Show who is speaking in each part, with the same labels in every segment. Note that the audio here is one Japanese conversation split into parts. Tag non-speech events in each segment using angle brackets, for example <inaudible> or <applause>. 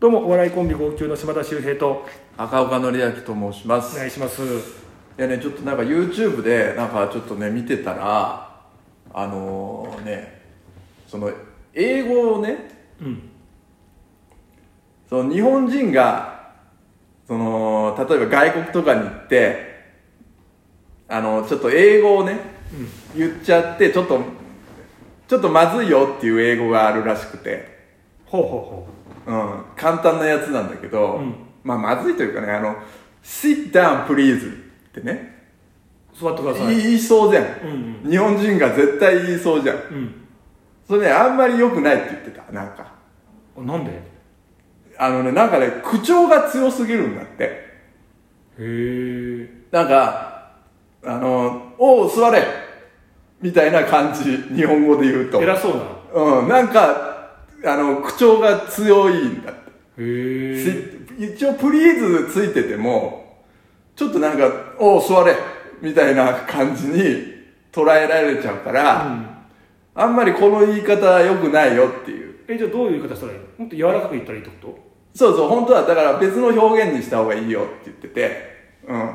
Speaker 1: どうもお笑いコンビ号泣の島田秀平と
Speaker 2: 赤岡典明と申しま
Speaker 1: お
Speaker 2: す、
Speaker 1: 願いします
Speaker 2: いやねちょっとなんか YouTube でなんかちょっとね見てたらあのねその英語をね
Speaker 1: うん
Speaker 2: その日本人がその例えば外国とかに行ってあのちょっと英語をね、言っちゃってちょっとちょっとまずいよっていう英語があるらしくて
Speaker 1: ほうほうほ
Speaker 2: うん、簡単なやつなんだけど、
Speaker 1: うん
Speaker 2: まあまずいというかねあの「sit down please」ってね
Speaker 1: う座ってください
Speaker 2: 言いそうじゃん、
Speaker 1: うん
Speaker 2: 日本人が絶対言いそうじゃん
Speaker 1: うん
Speaker 2: それねあんまり良くないって言ってたなんか
Speaker 1: あなんでへ
Speaker 2: あのねなんかね口調が強すぎるんだって
Speaker 1: え
Speaker 2: なんかあの「おう座れ」みたいな感じ日本語で言うと
Speaker 1: 偉そうな
Speaker 2: うんなんかあの口調が強いんだって
Speaker 1: へえ
Speaker 2: し一応プリーズついててもちょっとなんか「おお座れ」みたいな感じに捉えられちゃうから、あんまりこの言い方は良くないよっていう
Speaker 1: えじゃあどういう言い方したらいいのもっと柔らかく言ったらいいってこ
Speaker 2: そうそう本当はだから別の表現にした方がいいよって言っててうん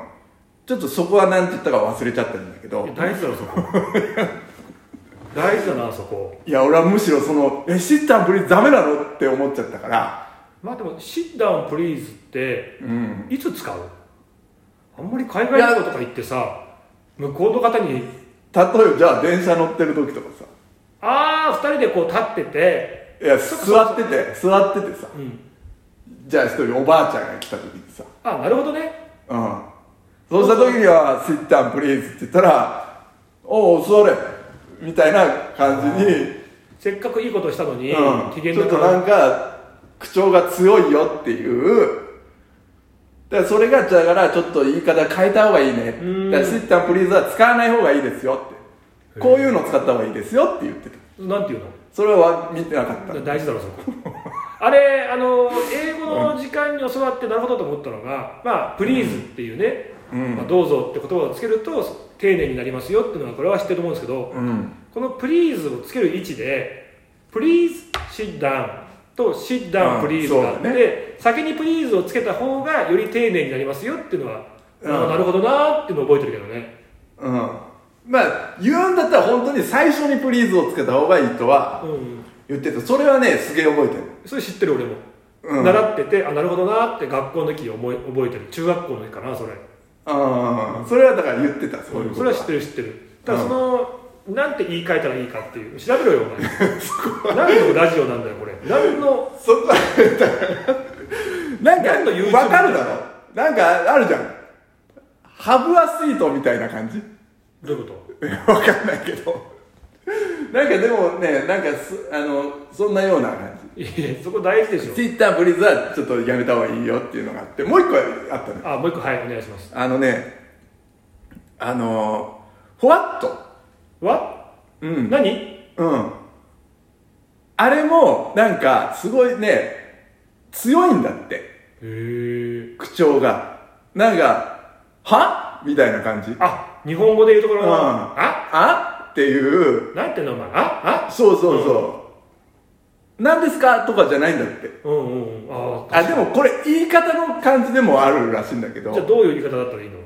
Speaker 2: ちょっとそこは何て言ったか忘れちゃってるんだけ
Speaker 1: と
Speaker 2: ど
Speaker 1: いや大事だろそ <laughs> こ大事だなそこ
Speaker 2: いや俺はむしろその「えシッタンプリーズダメなの?」って思っちゃったから
Speaker 1: まあでも「シッダウンプリーズ」って
Speaker 2: うん
Speaker 1: いつ使うあんまり海外旅行とか行ってさ向こうの方に
Speaker 2: 例えばじゃあ電車乗ってる時とかさ
Speaker 1: 「ああ二人でこう立ってて
Speaker 2: いや
Speaker 1: そっかそっか
Speaker 2: 座ってて座っててさ
Speaker 1: うん
Speaker 2: じゃあ一人おばあちゃんが来た時にさ
Speaker 1: あなるほどね
Speaker 2: うん。そうした時には、sit down please って言ったら、おう、座れみたいな感じに、
Speaker 1: せっかくいいことしたのに、
Speaker 2: うん。
Speaker 1: 機
Speaker 2: ち
Speaker 1: 嫌
Speaker 2: ょ
Speaker 1: だ
Speaker 2: っ
Speaker 1: か
Speaker 2: と
Speaker 1: ら
Speaker 2: なんか、口調が強いよっていう、だからそれが、だからちょっと言い方変えた方がいいね。だか
Speaker 1: ん
Speaker 2: ら sit down please は使わない方がいいですよって。こういうの使った方がいいですよって言ってた。
Speaker 1: なんていうの <laughs>
Speaker 2: それは見てなかった。
Speaker 1: 大事だろそこあれあの英語の時間に教わってなるほどと思ったのが「まあ、プリーズ」っていうね、
Speaker 2: うん
Speaker 1: まあ、どうぞって言葉をつけると丁寧になりますよっていうのはこれは知ってると思うんですけど、
Speaker 2: うん。
Speaker 1: この「プリーズ」をつける位置で「プリーズシッダウン」と「シッダウン
Speaker 2: うん
Speaker 1: プリーズ」があって、
Speaker 2: そうだ
Speaker 1: 先に「プリーズ」をつけた方がより丁寧になりますよっていうのは、
Speaker 2: うん
Speaker 1: あなるほどなーっていうのを覚えてるけどね
Speaker 2: うん。まあ、言うんだったら本当に最初に please をつけた方がいいとは
Speaker 1: うん
Speaker 2: 言ってた。それはね、すげえ覚えてる。
Speaker 1: それ知ってる俺も、
Speaker 2: うん
Speaker 1: 習っててあなるほどなーって学校の時思い覚えてる中学校の時かなそれ
Speaker 2: うんそれはだから言ってたそういうこと
Speaker 1: それは知ってる知ってるただその、なんて言い換えたらいいかっていう調べろよ
Speaker 2: <laughs>
Speaker 1: お前何のラジオなんだよこれ何の
Speaker 2: そこはなんか
Speaker 1: 何の YouTube
Speaker 2: わかるだろなんかあるじゃんハブアスイートみたいな感じ <laughs>
Speaker 1: どういうこ
Speaker 2: わかんないけどなんかでもねなんかすあのそんなような感
Speaker 1: といやいやそこ大事でし
Speaker 2: じ
Speaker 1: ょ
Speaker 2: ツイッターブリーズはちょっとやめた方がいいよっていうのがあってもう一個あったの
Speaker 1: あもう一個はいお願いします
Speaker 2: あのねあのほわっと
Speaker 1: わ
Speaker 2: うん
Speaker 1: 何
Speaker 2: うん。あれも、なんか、すごいね、強いんだって、
Speaker 1: へえ
Speaker 2: 口調が。なんか、はみたいな感じ。
Speaker 1: あ日本語で言うところの、
Speaker 2: うん
Speaker 1: あ
Speaker 2: あっていう、
Speaker 1: なんて言うのお前ああ
Speaker 2: そうそうそう。なんですかとかじゃないんだって。
Speaker 1: うんうんうんあ
Speaker 2: あ、でもこれ言い方の感じでもあるらしいんだけ
Speaker 1: じゃあ
Speaker 2: ど。
Speaker 1: どういう言い方だったらいいの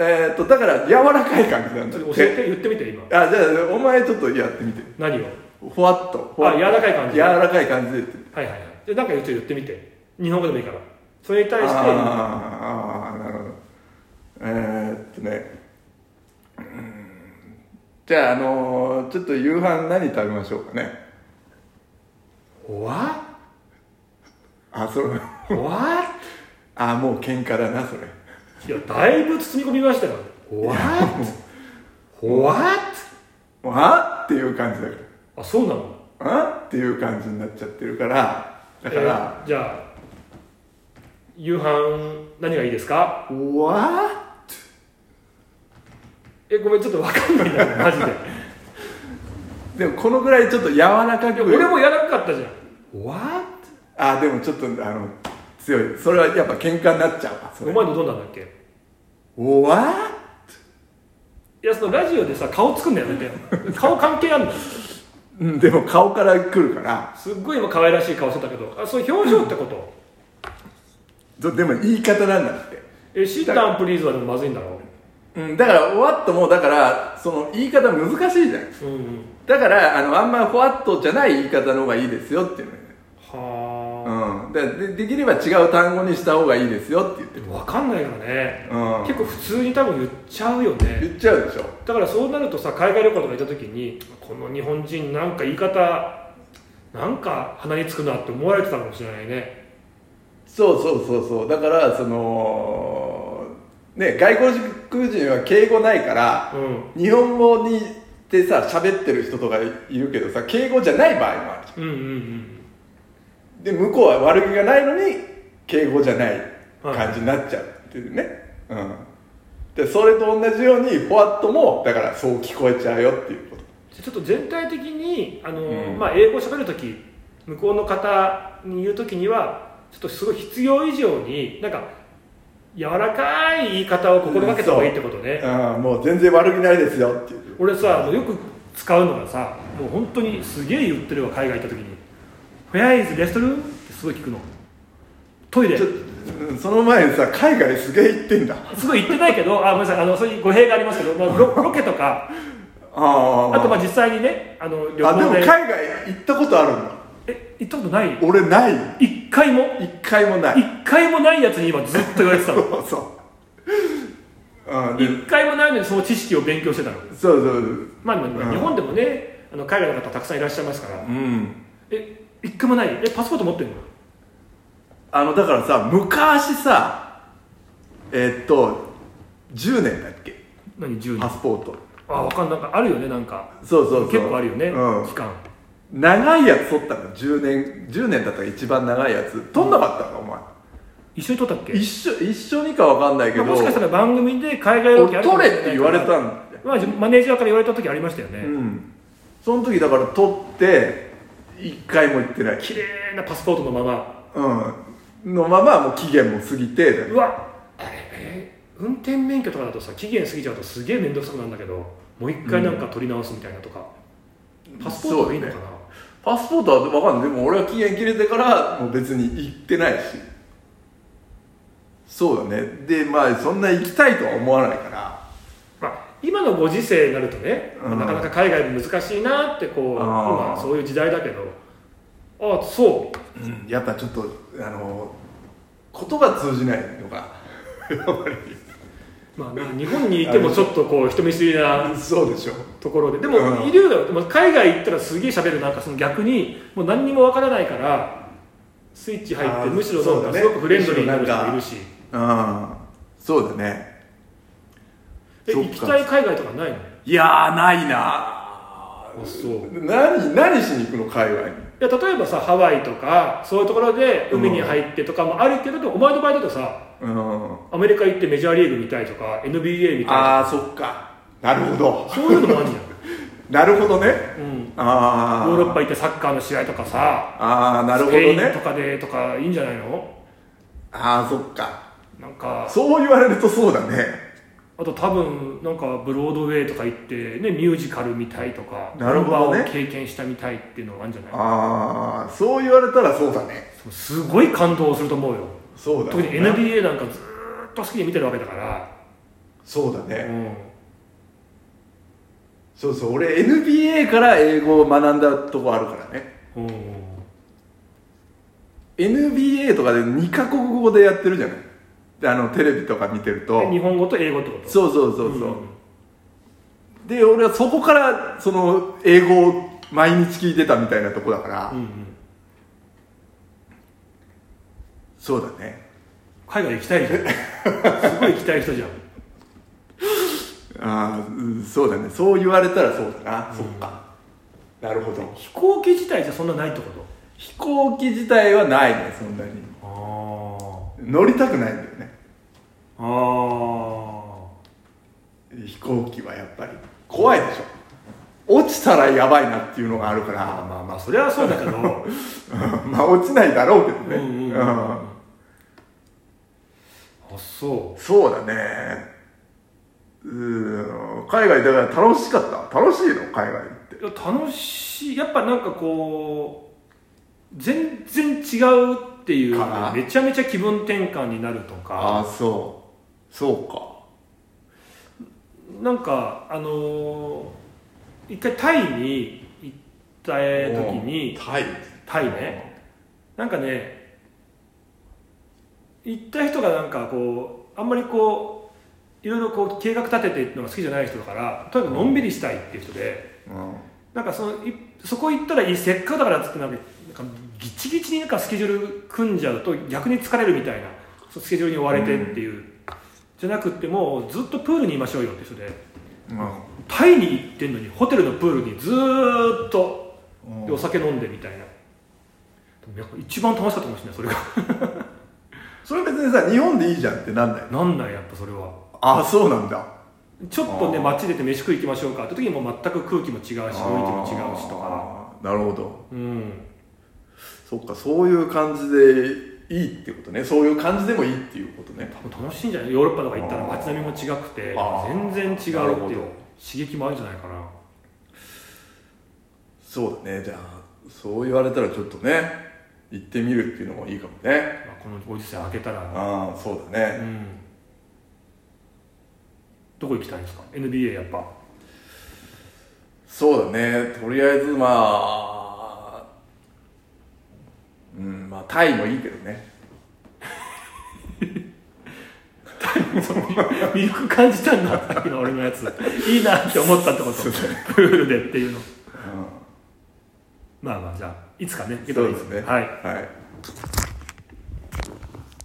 Speaker 2: えーっと、だから柔らかい感じなん
Speaker 1: ち
Speaker 2: だ
Speaker 1: ょっ
Speaker 2: っ
Speaker 1: と教え
Speaker 2: て。
Speaker 1: て言ってみて今
Speaker 2: あ、じゃあ、お前ちょっとやってみて。
Speaker 1: 何を
Speaker 2: ふわっと。ふわっと
Speaker 1: あ柔らかい感じ
Speaker 2: 柔らかい感じでって。
Speaker 1: はいはいはいじゃあなんか言って言ってみて日本語でもいいからそれに対して
Speaker 2: あーあーなるほどえー、っとねうーんじゃああのーちょっと夕飯何食べましょうかね
Speaker 1: 「わ
Speaker 2: あそう
Speaker 1: わ
Speaker 2: あもう喧嘩だなそれ
Speaker 1: いや、だいぶ包み込みましたよ。What? What?
Speaker 2: もうあっていう感じだか
Speaker 1: あ、そうなの
Speaker 2: らあっていう感じになっちゃってるからだから、
Speaker 1: えーじゃあ、夕飯、何がいいですか
Speaker 2: わ
Speaker 1: え、ごめん、ちょっとわかんないな、
Speaker 2: <laughs>
Speaker 1: マジで。
Speaker 2: ーでもこのぐらいちょっと柔らかく
Speaker 1: 俺もやらなかったじゃん。What?
Speaker 2: あでもちょっとあの強いそれはやっぱ喧嘩になっちゃうわそ
Speaker 1: お
Speaker 2: れ
Speaker 1: 前のどうなんだっけい
Speaker 2: おわ
Speaker 1: や、そのラジオでさ、顔作んのやめてよ。顔関係あんの
Speaker 2: ーうんでも顔から来るから
Speaker 1: すっごい今可愛らしい顔してたけど、あ、そういう表情ってこと
Speaker 2: どでも言い方なんだって
Speaker 1: えシッタンプリーズはでもまずいんだろ
Speaker 2: うん、だから、ふわっともう、だから、その言い方難しいじゃん。
Speaker 1: う、うんうん、
Speaker 2: だから、あの、あんまふわっとじゃない言い方の方がいいですよっていうのよね。
Speaker 1: は
Speaker 2: うん。だからで、できれば違う単語にした方がいいですよって言っ
Speaker 1: あ
Speaker 2: て
Speaker 1: で
Speaker 2: る。
Speaker 1: も分かんないからね、
Speaker 2: うん。
Speaker 1: 結構普通に多分言っちゃうよね
Speaker 2: 言っちゃうでしょ。
Speaker 1: だからそうなるとさ海外旅行とか行った時にこの日本人なんか言い方なんか鼻につくなって思われてたかもしれないね
Speaker 2: そうそうそうそう。だから、その、ね、外国人は敬語ないから、
Speaker 1: うん
Speaker 2: 日本語にでさ、喋ってる人とかいるけどさ、敬語じゃない場合もあるじゃ
Speaker 1: うんうんうん
Speaker 2: ん。で、向こうは悪気がないのに、敬語じゃない感じになっちゃうっていうね。うん。で、それと同じように、フォワットも、だからそう聞こえちゃうよっていうこと。
Speaker 1: じゃあちょっと全体的にあの、
Speaker 2: うん
Speaker 1: まあ、英語を喋る時向こうの方に言う時にはちょっとすごい必要以上になんか柔らかい言い方を心がけた方がいいってことね、
Speaker 2: うん、もう全然悪気ないですよっていう。
Speaker 1: 俺さあのよく使うのがさもう本当にすげえ言ってるわ海外行った時に「Where is restroom?」ってすごい聞くのトイレ
Speaker 2: ちょっとうんその前にさ、海外すげえ行ってんだ。
Speaker 1: すごい言ってないけど、あ、ごめんなさい、あの、そういう語弊がありますけど、まあ、ロロケとか、
Speaker 2: あ
Speaker 1: あと、まあ、実際にね、あの、旅
Speaker 2: あでも
Speaker 1: 行
Speaker 2: 海
Speaker 1: で。
Speaker 2: 外行ったことあるんだ
Speaker 1: え、行ったことない。
Speaker 2: 俺ない
Speaker 1: 一回も、
Speaker 2: 一回もない
Speaker 1: 一回もないやつに今ずっと言われてた
Speaker 2: <laughs> そ
Speaker 1: の。
Speaker 2: <laughs> うそう、うん、で
Speaker 1: 一回もないのに、その知識を勉強してたの。
Speaker 2: そうそうそう
Speaker 1: まあ、でも
Speaker 2: うん
Speaker 1: 日本でもね、あの、海外の方たくさんいらっしゃいますから。
Speaker 2: うん
Speaker 1: え、一回もない。え、パスポート持ってんの。
Speaker 2: あのだからさ昔さえーっと10年だっけ
Speaker 1: 何、十
Speaker 2: パ
Speaker 1: 年。
Speaker 2: スポート
Speaker 1: あ、わかんない、なんかあるよね、なんか。
Speaker 2: そうそうそう
Speaker 1: 結構あるよね、
Speaker 2: うん
Speaker 1: 期間。
Speaker 2: 長いやつ取ったの10年10年だったら一番長いやつ取んなかったのお前
Speaker 1: 一緒に撮ったっけ。
Speaker 2: 一緒一緒にかわかんないけ
Speaker 1: ま
Speaker 2: ど、
Speaker 1: あもしかしたら、番組で海外ロケあるかも
Speaker 2: 取
Speaker 1: し
Speaker 2: れ
Speaker 1: な
Speaker 2: っ
Speaker 1: い
Speaker 2: て言われたん
Speaker 1: から。
Speaker 2: だよ
Speaker 1: まあ、マネージャーから言われた時ありましたよね。
Speaker 2: うんその時だから取って一回も行ってない
Speaker 1: 綺麗なパスポートのまま
Speaker 2: うん、のままもう期限も過ぎてだよ
Speaker 1: うわあれえー運転免許とかだとさ期限過ぎちゃうとすげえ面倒くさくなるんだけどもう一回なんか取り直すみたいなとか、パスポートがいいのかな、
Speaker 2: パスポートは分かんないでも俺は期限切れてからもう別に行ってないしそうだねでまあそんな行きたいとは思わないから
Speaker 1: まあ、今のご時世になるとね、まあ
Speaker 2: うん
Speaker 1: なかなか海外も難しいなってこう
Speaker 2: あー
Speaker 1: 今そういう時代だけどああそ
Speaker 2: うんやっぱちょっとあの言葉通じない
Speaker 1: <laughs>
Speaker 2: のが
Speaker 1: う、まあ、な日本にいてもちょっとこう人見知りな
Speaker 2: そうでしょ
Speaker 1: ところでで
Speaker 2: う
Speaker 1: も
Speaker 2: ん
Speaker 1: いるよでも海外行ったらすげえ喋るなんかその逆にもう何にもわからないからスイッチ入っ
Speaker 2: あ
Speaker 1: て
Speaker 2: ー
Speaker 1: むしろなん
Speaker 2: そうだ
Speaker 1: か
Speaker 2: ね
Speaker 1: すごくフレンドリーになる人もいるし、
Speaker 2: うんそうだね
Speaker 1: え
Speaker 2: そっ
Speaker 1: 行
Speaker 2: か
Speaker 1: きたい海外とかないの
Speaker 2: いやーないな
Speaker 1: あそうい
Speaker 2: 何何しに行くの海外に
Speaker 1: や例えばさハワイとかそういうところで海に入ってとかもあるけど、でもお前の場合だとさ
Speaker 2: うん
Speaker 1: アメリカ行ってメジャーリーグ見たいとか NBA 見たい
Speaker 2: ああそっかなるほど
Speaker 1: とかそういうのもあるじ
Speaker 2: なるほどね
Speaker 1: ゃ
Speaker 2: <laughs>
Speaker 1: ん、うん、ヨ
Speaker 2: ああ
Speaker 1: ーロッパ行ってサッカーの試合とかさ
Speaker 2: ああなるほど
Speaker 1: スペインと
Speaker 2: ね
Speaker 1: かでとかいいんじゃないの
Speaker 2: ああそっか
Speaker 1: なんか
Speaker 2: そう言われるとそうだね
Speaker 1: あと多分なんかブロードウェイとか行って、ね、ミュージカル見たいとか
Speaker 2: なるほど
Speaker 1: メ
Speaker 2: ね
Speaker 1: ンバーを経験したみたいっていうのがあるんじゃない
Speaker 2: ああそう言われたらそうだね
Speaker 1: すごい感動すると思うよ
Speaker 2: そうだ
Speaker 1: 特に
Speaker 2: ね
Speaker 1: NBA なんかずーっと好きで見てるわけだから、
Speaker 2: そうだ
Speaker 1: う
Speaker 2: ね
Speaker 1: ん、
Speaker 2: そうそう俺 NBA から英語を学んだとこあるからね
Speaker 1: うん
Speaker 2: NBA とかで2カ国語でやってるじゃないであのテレビとか見てると
Speaker 1: で日本語と英語ってこと
Speaker 2: そうそうそうそう、
Speaker 1: ん
Speaker 2: で俺はそこからその英語を毎日聞いてたみたいなとこだから、
Speaker 1: うんうん
Speaker 2: そうだね
Speaker 1: 海外行きたいじゃんすごい行きたい人じゃん <laughs>
Speaker 2: ああうんそうだねそう言われたらそうだな、そっかなるほど
Speaker 1: 飛行機自体じゃそんなないってこと
Speaker 2: 飛行機自体はないねそんなに
Speaker 1: あ
Speaker 2: 乗りたくないんだよね
Speaker 1: ああ
Speaker 2: 飛行機はやっぱり怖いでしょ落ちたらやばいなっていうのがあるから <laughs>
Speaker 1: あまあまあそれはそうだけど
Speaker 2: うんまあ落ちないだろうけどね、
Speaker 1: うんうんうん
Speaker 2: うん
Speaker 1: <laughs> あそう
Speaker 2: そうだねうーん海外だから楽しかった楽しいの海外って
Speaker 1: いや楽しいやっぱなんかこう全然違うっていう
Speaker 2: かな
Speaker 1: めちゃめちゃ気分転換になるとか
Speaker 2: ああそうそうか
Speaker 1: なんかあのー一回タイに行った時に
Speaker 2: タイ
Speaker 1: タイねなんかね行った人がなんかこうあんまりこういろいろこう計画立ててっていうのが好きじゃない人だからとにかくのんびりしたいっていう人で。
Speaker 2: うん
Speaker 1: なんかそのいそこ行ったらいいせっかくだからっつってなんかなんかギチギチになんかスケジュール組んじゃうと逆に疲れるみたいなそうスケジュールに追われてっていう、じゃなくってもうずっとプールにいましょうよって人で
Speaker 2: う
Speaker 1: タイに行ってんのにホテルのプールにずーっと
Speaker 2: ん
Speaker 1: お酒飲んでみたいな、でもやっぱ一番楽しかったかもしれないそれが
Speaker 2: それ別にさ日本でいいじゃんってなんだよ
Speaker 1: なんなんやっぱそれは
Speaker 2: ああそうなんだ
Speaker 1: ちょっとね
Speaker 2: あー
Speaker 1: 街出て飯食い行きましょうかって時にもう全く空気も違うし雰囲気
Speaker 2: あ
Speaker 1: も違うしとか
Speaker 2: ーなるほど
Speaker 1: うん
Speaker 2: そっかそういう感じでいいってことねそういう感じでもいいっていうことね
Speaker 1: 多分楽しいんじゃないヨーロッパとか行ったら
Speaker 2: あー
Speaker 1: 街並みも違くて
Speaker 2: あ
Speaker 1: 全
Speaker 2: ー
Speaker 1: 然違うってい
Speaker 2: なる
Speaker 1: う
Speaker 2: ほど
Speaker 1: 刺激もあるんじゃないかな
Speaker 2: そうだねじゃあそう言われたらちょっとね行ってみるっていうのもいいかもね
Speaker 1: まあこのご時世明けたら、
Speaker 2: ああそうだ
Speaker 1: う
Speaker 2: ね
Speaker 1: ん、どこ行きたいんですか NBA やっ
Speaker 2: <laughs>
Speaker 1: ぱ
Speaker 2: そうだねとりあえずまあうんまあタイもいいけどね
Speaker 1: 魅力感じたんださっきの俺のやつ <laughs> いいなって思ったってこと
Speaker 2: そうだ
Speaker 1: プールでっていうの
Speaker 2: うん
Speaker 1: まあまあじゃあいつかね
Speaker 2: そうですね
Speaker 1: はい
Speaker 2: はい